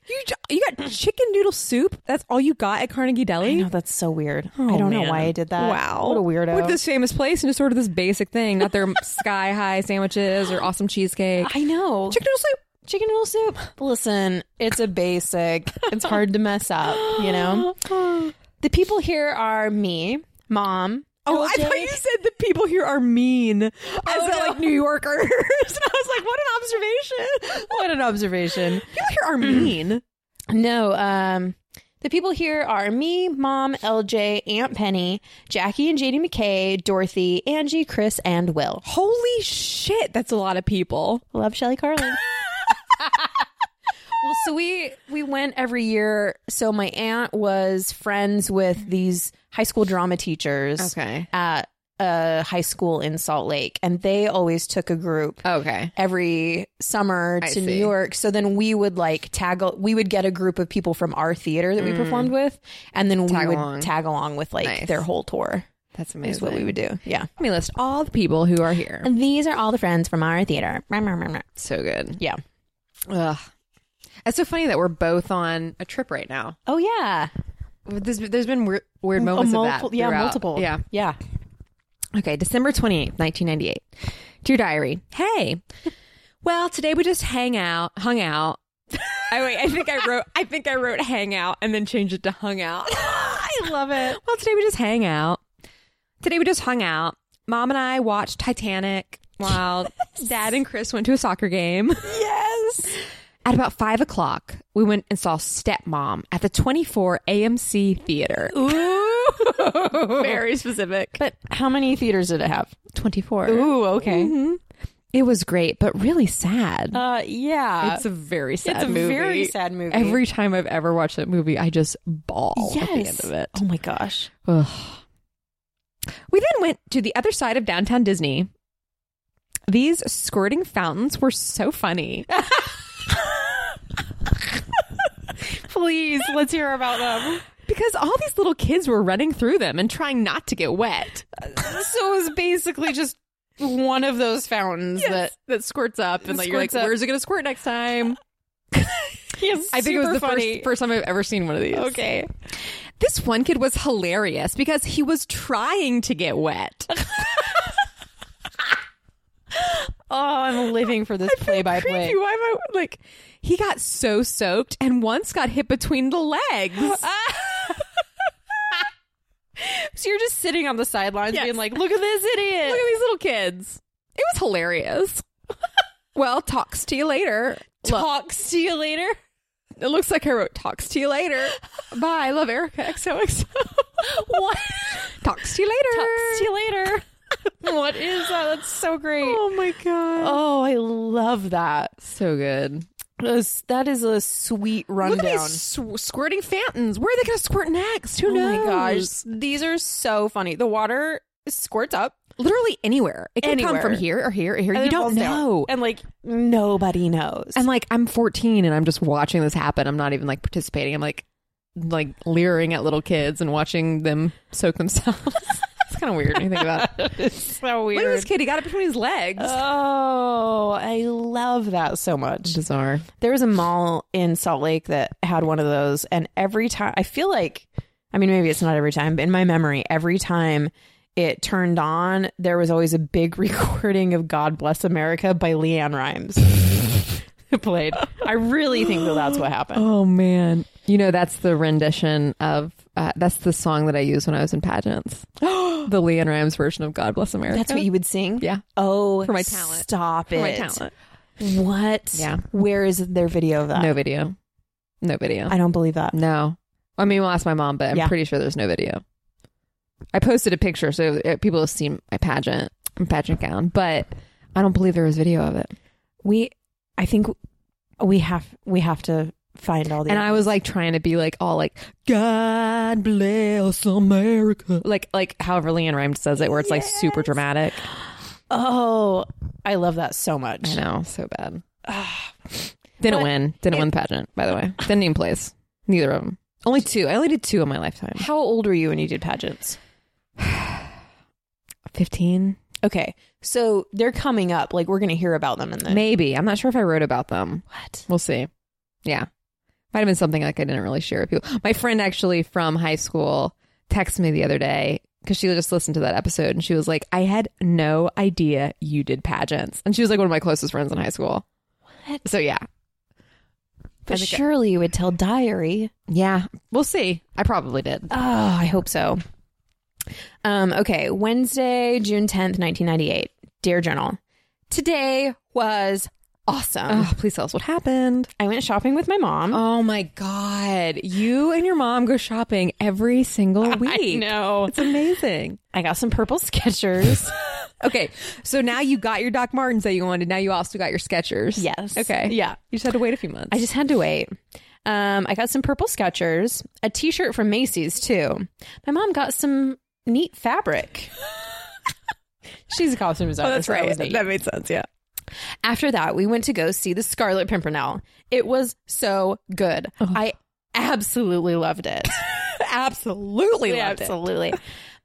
A: you j- you got chicken noodle soup. That's all you got at Carnegie Deli.
B: no, that's so weird. I don't know why I did that.
A: Wow.
B: what a weirdo.
A: With this famous place and just order this basic thing, not their sky high sandwiches or awesome cheesecake.
B: I know
A: Chicken noodle soup.
B: chicken noodle soup. Listen, it's a basic. it's hard to mess up. You know. The people here are me, mom.
A: Oh, I
B: LJ.
A: thought you said the people here are mean. I said
B: no.
A: like New Yorkers. And I was like, what an observation.
B: What an observation.
A: People here are mean.
B: No, um, the people here are me, mom, LJ, Aunt Penny, Jackie and JD McKay, Dorothy, Angie, Chris, and Will.
A: Holy shit, that's a lot of people.
B: Love Shelly Carlin. well, so we we went every year. So my aunt was friends with these high school drama teachers
A: Okay.
B: at a high school in Salt Lake, and they always took a group
A: Okay.
B: every summer
A: Oh. I
B: to New
A: see.
B: York. So then we would like tag, we would get a group of people from our theater that we performed with, and then we
A: Mm. Tag
B: would
A: along.
B: tag along with like
A: Nice.
B: their whole tour.
A: That's amazing.
B: Is what we would do. Yeah.
A: Let me list all the people who are here.
B: And these are all the friends from our theater.
A: So good.
B: Yeah.
A: Ugh. It's so funny that we're both on a trip right now.
B: Oh yeah.
A: There's, there's been weird, weird moments of
B: multiple-
A: that.
B: Mm, yeah,
A: throughout.
B: multiple.
A: Yeah.
B: Yeah.
A: Okay, December 28th, 1998. Dear Diary. Hey. Well, today we just hang out, hung out. I wait, I think I wrote I think I wrote hang out and then changed it to hung out. I love it. Well, today we just hang out. Today we just hung out. Mom and I watched Titanic while Dad and Chris went to a soccer game.
B: Yes.
A: At about five o'clock, we went and saw Stepmom at the 24 AMC Theater. Ooh. Very specific.
B: But how many theaters did it have?
A: 24.
B: Ooh, okay.
A: Mm-hmm. It was great, but really sad.
B: Uh, yeah.
A: it's a very sad
B: a
A: movie.
B: very sad movie.
A: Every time I've ever watched that movie, I just bawl at the end of it.
B: Oh my gosh.
A: We then went to the other side of downtown Disney. These squirting fountains were so funny.
B: Please, let's hear about them.
A: Because all these little kids were running through them and trying not to get wet.
B: so it was basically just one of those fountains
A: That that squirts up and like you're like,
B: Squirts up.
A: where's it gonna squirt next time?
B: that is
A: I think it was the first, first time I've ever seen one of these.
B: Okay.
A: This one kid was hilarious because he was trying to get wet.
B: Oh, I'm living for this play by play.
A: creepy. Why am I like? He got so soaked, and once got hit between the legs.
B: So you're just sitting on the sidelines
A: Yes.
B: being like, look at this idiot.
A: Look at these little kids. It was hilarious. well, talks to you later. Lo-
B: Talk, see you later.
A: it looks like I wrote talks to you later. Bye. Love Erica. XOXO.
B: What?
A: talks to you later.
B: Talk, see you later. what is that? That's so great.
A: Oh my god.
B: Oh, I love that.
A: so good.
B: Those- That is a sweet
A: Look
B: rundown.
A: at these sw- squirting fountains. Where are they going to squirt next? Who
B: oh
A: knows?
B: my gosh. These are so funny. The water squirts up.
A: Literally anywhere. It can come
B: Anywhere.
A: from here or here or here.
B: and
A: you
B: then it
A: don't
B: falls down.
A: know.
B: And like nobody knows.
A: And like I'm 14 and I'm just watching this happen. I'm not even like participating. I'm like like leering at little kids and watching them soak themselves. it's kind of weird when you think about it.
B: so
A: Look at this kid. He got it between his legs.
B: Uh, Oh, I love that so much.
A: Bizarre.
B: There was a mall in Salt Lake that had one of those, and every time I feel like, I mean, maybe it's not every time, but in my memory, every time it turned on, there was always a big recording of "God Bless America" by Leanne Rhymes. It played. I really think that that's what happened.
A: Oh man. You know that's the rendition of uh, that's the song that I used when I was in pageants. the Leanne Rams version of God Bless America.
B: That's what you would sing.
A: Yeah.
B: Oh,
A: For my talent.
B: Stop it.
A: For my talent.
B: What?
A: Yeah.
B: Where is their video of that?
A: No video. No video.
B: I don't believe that.
A: No. I mean, we'll ask my mom, but I'm
B: Yeah.
A: pretty sure there's no video. I posted a picture, so uh, people have seen my pageant, my pageant gown, but I don't believe there was video of it.
B: We, I think we have we have to find all the.
A: And I was like trying to be like all like God bless America, like like however Leanne Rhymes says it, where it's like super dramatic.
B: Oh, I love that so
A: I
B: much.
A: know, so bad. Didn't
B: But
A: win. Didn't win the pageant, by the way. Didn't even place. Neither of them. Only two. I only did two in my lifetime.
B: How old were you when you did pageants?
A: Fifteen,
B: Okay, so they're coming up. Like we're gonna hear about them in the
A: maybe. I'm not sure if I wrote about them.
B: what?
A: We'll see. Yeah. Might have been something like I didn't really share with people. My friend actually from high school texted me the other day because she just listened to that episode and she was like, I had no idea you did pageants. And she was like one of my closest friends in high school.
B: What?
A: So yeah. I
B: But
A: think I-
B: surely you would tell diary.
A: Yeah. We'll see. I probably did.
B: Oh, I hope so. Um. Okay, Wednesday, June tenth, nineteen ninety eight. Dear Journal, today was awesome.
A: Oh, please tell us what happened.
B: I went shopping with my mom.
A: Oh my God. You and your mom go shopping every single week.
B: I know.
A: It's amazing.
B: I got some purple Skechers.
A: Okay, so now you got your Doc Martens that you wanted. Now you also got your Skechers.
B: Yes.
A: Okay.
B: Yeah.
A: You just had to wait a few months.
B: I just had to wait. Um, I got some purple Skechers, a T-shirt from Macy's too. My mom got some neat fabric. She's a costume designer.
A: oh, that's
B: so that
A: right.
B: was neat.
A: That made sense. Yeah.
B: After that, we went to go see the Scarlet Pimpernel. It was so good. I absolutely loved it.
A: Absolutely loved it.
B: absolutely.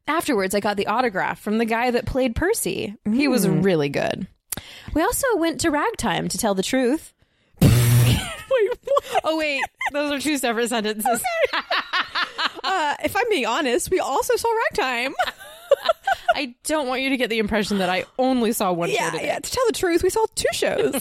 B: Afterwards, I got the autograph from the guy that played Percy. He was
A: Hmm.
B: really good. We also went to Ragtime to tell the truth.
A: Wait, what?
B: Oh wait, those are two separate sentences.
A: Uh, if I'm being honest, we also saw Ragtime.
B: I don't want you to get the impression that I only saw one show
A: yeah,
B: today.
A: yeah. To tell the truth, we saw two shows.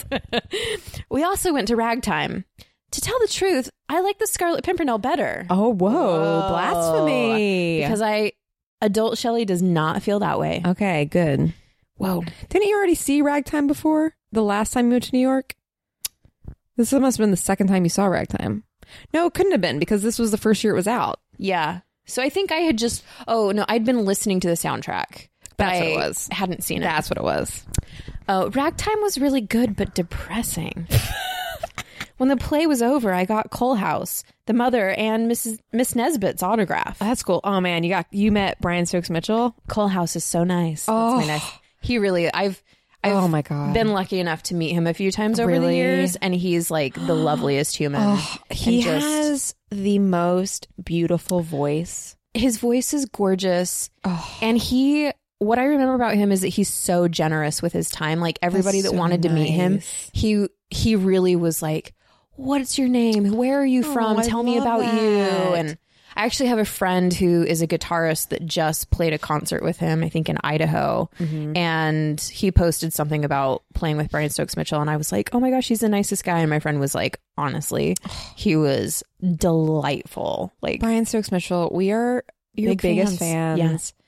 B: We also went to Ragtime. To tell the truth, I like the Scarlet Pimpernel better.
A: oh, whoa,
B: blasphemy. Because I adult Shelley does not feel that way.
A: okay, good.
B: Whoa.
A: Didn't you already see Ragtime before? The last time you went to New York? This must have been the second time you saw Ragtime. No, it couldn't have been because this was the first year it was out.
B: Yeah. So I think I had just oh no, I'd been listening to the soundtrack. but
A: That's what it
B: I
A: was.
B: Hadn't seen it.
A: That's what it was.
B: Oh, Ragtime was really good but depressing. when the play was over, I got Cole House, the mother, and Mrs. Miss Nesbitt's autograph.
A: That's cool. Oh man, you got you met Brian Stokes Mitchell.
B: Cole House is so nice. That's my
A: Oh.
B: nice. He really I've I've
A: Oh my god.
B: been lucky enough to meet him a few times over the
A: Really?
B: years and he's like the loveliest human.
A: Oh, he
B: and just-
A: has the most beautiful voice.
B: His voice is gorgeous.
A: Oh,
B: And he, what I remember about him is that he's so generous with his time. Like everybody that
A: That's so
B: wanted to meet him,
A: nice.
B: he he really was like, "What's your name? Where are you from?
A: Oh, I
B: Tell me
A: love
B: about you."
A: that.
B: And I actually have a friend who is a guitarist that just played a concert with him. I think in Idaho,
A: Mm-hmm.
B: and he posted something about playing with Brian Stokes Mitchell, and I was like, "Oh my gosh, he's the nicest guy." And my friend was like, "Honestly, he was delightful." Like
A: Brian Stokes Mitchell, we are your
B: Big
A: biggest
B: fans.
A: fans.
B: Yeah.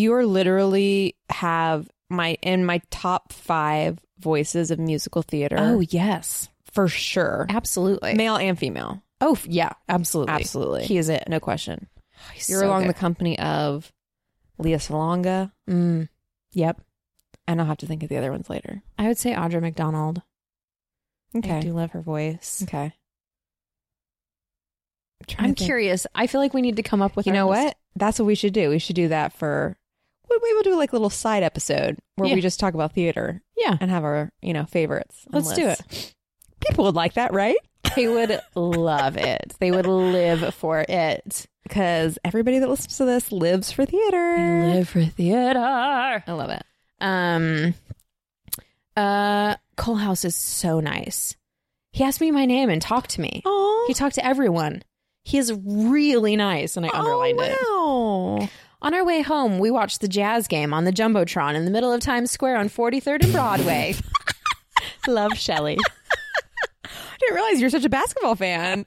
A: You are literally have my in my top five voices of musical theater.
B: Oh yes,
A: for sure.
B: absolutely.
A: Male and female.
B: Oh f- yeah, absolutely,
A: Absolutely.
B: He is it.
A: No question.
B: He's
A: You're
B: so
A: along
B: good.
A: the company of Leah Salonga,
B: Mm. Yep.
A: and I'll have to think of the other ones later.
B: I would say Audra McDonald. I
A: Okay.
B: do love her voice.
A: Okay. I'm, trying
B: I'm
A: to think.
B: curious. I feel like we need to come up with.
A: You
B: our
A: know
B: list.
A: what? That's what we should do. We should do that for. we- We will do like a little side episode where
B: Yeah.
A: we just talk about theater
B: Yeah,
A: and have our you know favorites. and
B: let's do
A: lists.
B: it.
A: People would like that, right?
B: They would love it. They would live for it.
A: Because everybody that listens to this lives for theater.
B: for theater.
A: I love it.
B: Um. Uh, Cole House is so nice. He asked me my name and talked to me.
A: Oh,
B: He talked to everyone. He is really nice, and I underlined it.
A: oh, wow.
B: On our way home, we watched the jazz game on the Jumbotron in the middle of Times Square on 43rd and Broadway. Love Shelley.
A: I didn't realize you're such a basketball fan.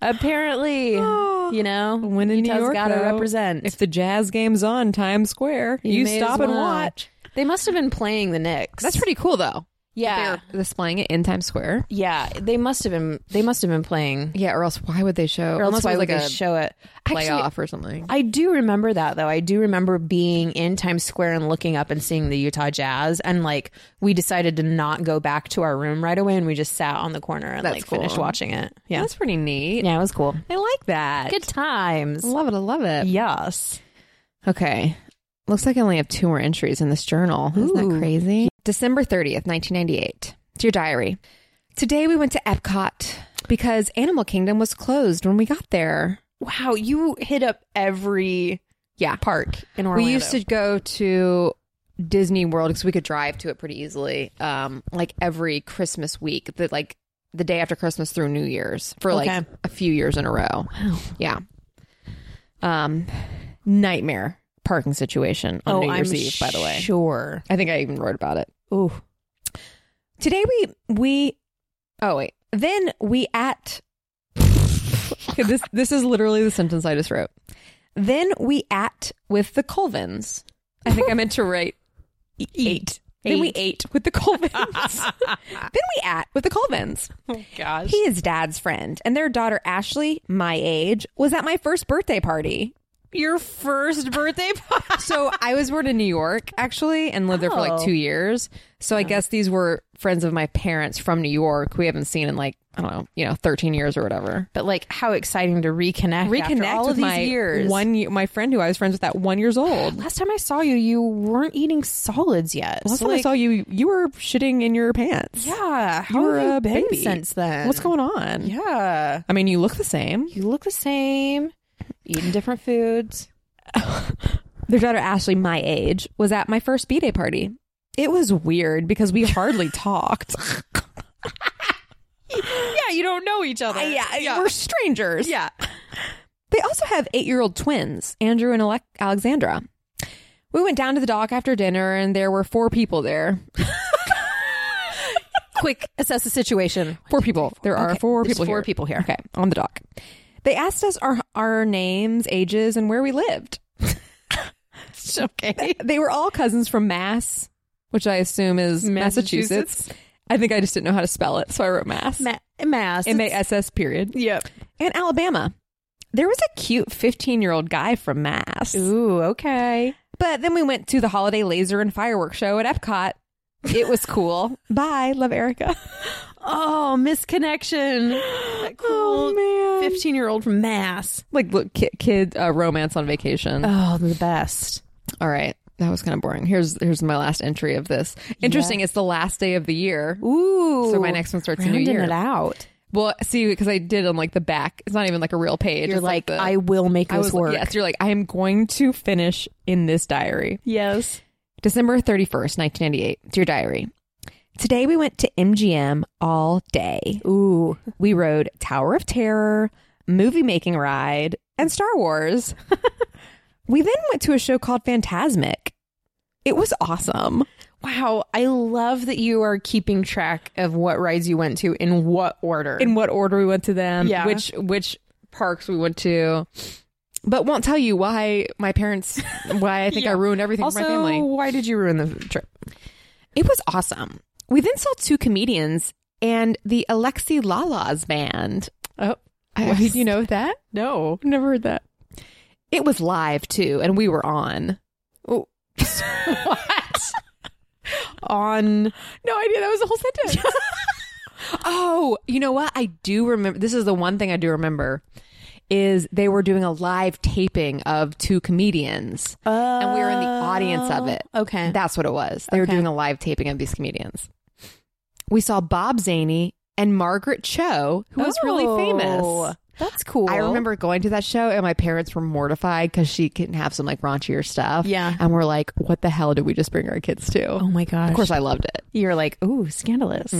B: Apparently,
A: Oh.
B: you know,
A: When in New
B: Utah's
A: York,
B: gotta
A: though,
B: represent.
A: If the jazz game's on Times Square, you,
B: may
A: stop
B: as
A: and
B: well.
A: watch.
B: They must have been playing the Knicks.
A: That's pretty cool, though.
B: Yeah.
A: They're displaying it in Times Square.
B: Yeah, they must have been. They must have been playing.
A: Yeah, or else why would they show?
B: Or else why would
A: like
B: they
A: a
B: show it? Actually,
A: playoff or something?
B: I do remember that though. I do remember being in Times Square and looking up and seeing the Utah Jazz, and like we decided to not go back to our room right away, and we just sat on the corner and
A: That's
B: like finished
A: cool.
B: watching it. Yeah,
A: That's pretty neat.
B: yeah, it was cool.
A: I like that.
B: Good times.
A: I love it. I love it.
B: Yes.
A: Okay. Looks like I only have two more entries in this journal. Isn't
B: Ooh.
A: that crazy? December 30th, 1998. Dear Diary. Today we went to Epcot because Animal Kingdom was closed when we got there.
B: Wow, you hit up every
A: Yeah.
B: park in Orlando.
A: We used to go to Disney World because we could drive to it pretty easily. Um, like every Christmas week, the like the day after Christmas through New Year's for like
B: Okay.
A: a few years in a row.
B: Wow.
A: Yeah. Um, nightmare parking situation on
B: Oh,
A: New Year's
B: I'm
A: Eve. By the way,
B: sure.
A: I think I even wrote about it.
B: Ooh,
A: Today we we oh wait then we at Okay, this this is literally the sentence I just wrote. Then we at with the Colvins. I think I meant to write e- eight. Then we ate with the Colvins. then we at with the Colvins.
B: gosh.
A: He is dad's friend, and their daughter Ashley, my age, was at my first birthday party.
B: your first birthday party.
A: so I was born in New York actually and lived there for like
B: Oh.
A: two years. So I guess these were friends of my parents from New York we haven't seen in like I don't know, you know, thirteen years or whatever.
B: But like, how exciting to reconnect! after
A: Reconnect
B: all
A: with
B: of these
A: my
B: years.
A: one year, my friend who I was friends with at one years old.
B: last time I saw you, you weren't eating solids yet.
A: Last
B: So,
A: time I
B: like,
A: saw you, you were shitting in your pants.
B: yeah, how
A: you were
B: have you
A: a
B: been
A: baby
B: since then?
A: What's going on?
B: Yeah,
A: I mean, you look the same.
B: you look the same, eating different foods.
A: Their daughter Ashley, my age, was at my first b day party. It was weird because we hardly talked.
B: Yeah, you don't Uh, know each other.
A: we're strangers.
B: yeah.
A: They also have eight year old twins, Andrew and Ale- Alexandra. We went down to the dock after dinner and there were four people there.
B: Quick, assess the situation.
A: Four people. There are
B: Okay,
A: four
B: there's
A: people
B: four
A: here.
B: people here.
A: Okay, on the dock. They asked us our, our names, ages, and where we lived.
B: okay.
A: They were all cousins from Mass, which I assume is Massachusetts. I think I just didn't know how to spell it, so I wrote Mass.
B: Ma- mass.
A: M A S S period.
B: Yep.
A: And Alabama. There was a cute 15 year old guy from Mass.
B: Ooh. Okay.
A: But then we went to the holiday laser and fireworks show at Epcot. It was cool. Bye. Love Erica.
B: Oh, misconnection. That cool
A: Oh, man.
B: fifteen-year-old from Mass.
A: Like, look, kid, kid uh, romance on vacation.
B: Oh, the best.
A: Uh, All right. That was kind of boring. Here's here's my last entry of this. Interesting. It's the last day of the year.
B: Ooh.
A: So my next one starts a new
B: rounding
A: year.
B: it out.
A: Well, see, because I did on like the back. It's not even like a real page.
B: You're
A: It's
B: like,
A: the-
B: I will make
A: I
B: this
A: was
B: work.
A: yes. You're like I am going to finish in this diary.
B: Yes.
A: December 31st, 1998. Dear Diary. Today we went to MGM all day.
B: Ooh.
A: We rode Tower of Terror, movie making ride, and Star Wars. we then went to a show called Phantasmic. It was awesome.
B: Wow. I love that you are keeping track of what rides you went to in what order.
A: In what order we went to them,
B: Yeah.
A: which which parks we went to. But won't tell you why my parents why I think I
B: Yeah.
A: ruined everything
B: also,
A: for my family.
B: why did you ruin the trip?
A: It was awesome. We then saw two comedians and the Alexi Lala's band.
B: Oh.
A: I,
B: Yes.
A: you know that?
B: No.
A: I've never heard that. It was live too, and we were on.
B: what? On
A: No idea. That was the whole sentence. oh, you know what? I do remember. This is the one thing I do remember is they were doing a live taping of two comedians,
B: uh,
A: and we were in the audience of it.
B: Oh, Okay.
A: That's what it was. They were
B: Okay.
A: doing a live taping of these comedians. We saw Bob Zaney and Margaret Cho, who was really famous.
B: oh, That's cool.
A: I remember going to that show and my parents were mortified because she can have some like raunchier stuff.
B: Yeah.
A: And we're like, what the hell did we just bring our kids to?
B: Oh my gosh.
A: Of course, I loved it.
B: You're like, ooh, scandalous.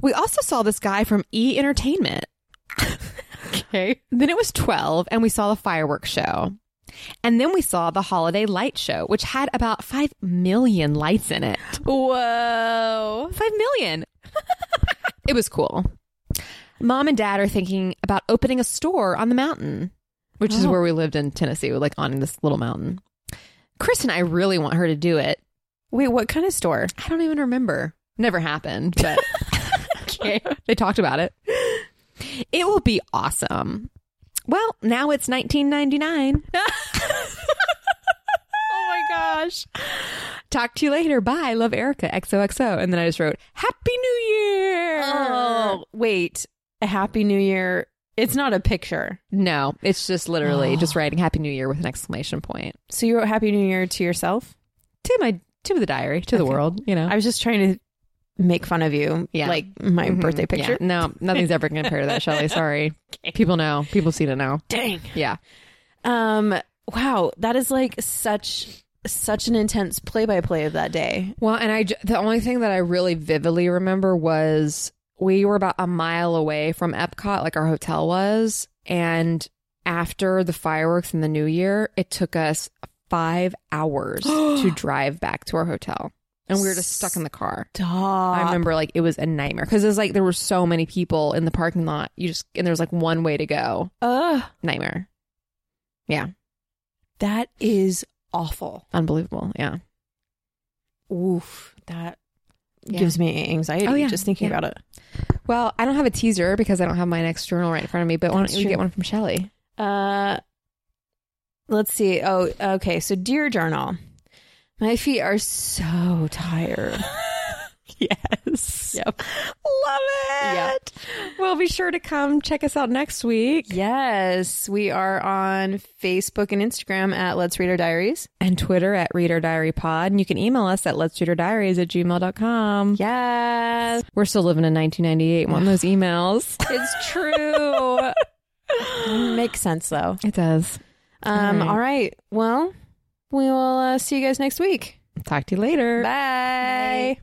A: We also saw this guy from E Entertainment.
B: Okay.
A: Then it was 12, and we saw the fireworks show. And then we saw the holiday light show, which had about 5 million lights in it.
B: Whoa.
A: 5 million. it was cool. Mom and dad are thinking about opening a store on the mountain, which is
B: Oh.
A: where we lived in Tennessee, like on this little mountain. Chris and I really want her to do it.
B: Wait, what kind of store?
A: I don't even remember. Never happened, but okay. They talked about it. It will be awesome. Well, now it's 1999.
B: Oh my gosh.
A: Talk to you later. Bye. Love Erica. XOXO. And then I just wrote, Happy New Year.
B: Oh, wait. A happy new year. It's not a picture.
A: No, it's just literally just
B: Oh.
A: writing Happy New Year with an exclamation point
B: So you wrote happy new year to yourself?
A: to my to the diary to the world. You know,
B: I was just trying to make fun of you.
A: Yeah.
B: Like my birthday
A: Mm-hmm. Yeah,
B: picture.
A: no, nothing's ever going to compare to that, Shelley. Sorry, people know. People see it now.
B: Dang.
A: Yeah,
B: Um wow, that is like such such an intense play by play of that day.
A: Well, and I j- the only thing that I really vividly remember was we were about a mile away from Epcot, like our hotel was, and after the fireworks and the New Year, it took us five hours to drive back to our hotel, and we were just stuck in the car.
B: Dog.
A: I remember like it was a nightmare because it was like there were so many people in the parking lot. You just and there was like one way to go.
B: Ugh,
A: Nightmare,
B: that is awful.
A: unbelievable. Yeah,
B: Oof, that
A: Yeah.
B: gives me anxiety
A: Oh, yeah.
B: just thinking
A: Yeah.
B: about it.
A: Well, I don't have a teaser because I don't have my next journal right in front of me. But why don't
B: That's
A: you
B: true.
A: get one from Shelley?
B: Uh let's see. Oh, okay. So, dear journal, my feet are so tired.
A: Yes.
B: Yep.
A: Love it. Well, be sure to come check us out next week
B: Yes, we are on Facebook and Instagram at Let's Read Our Diaries.
A: and Twitter at Reader Diary Pod. And you can email us at Let's Read Our Diaries at gmail.com.
B: Yes,
A: We're still living in 1998. Wanting those emails.
B: it's true. Makes sense though.
A: It does.
B: Um,
A: All right.
B: all right. Well, we will uh, see you guys next week.
A: Talk to you later.
B: Bye.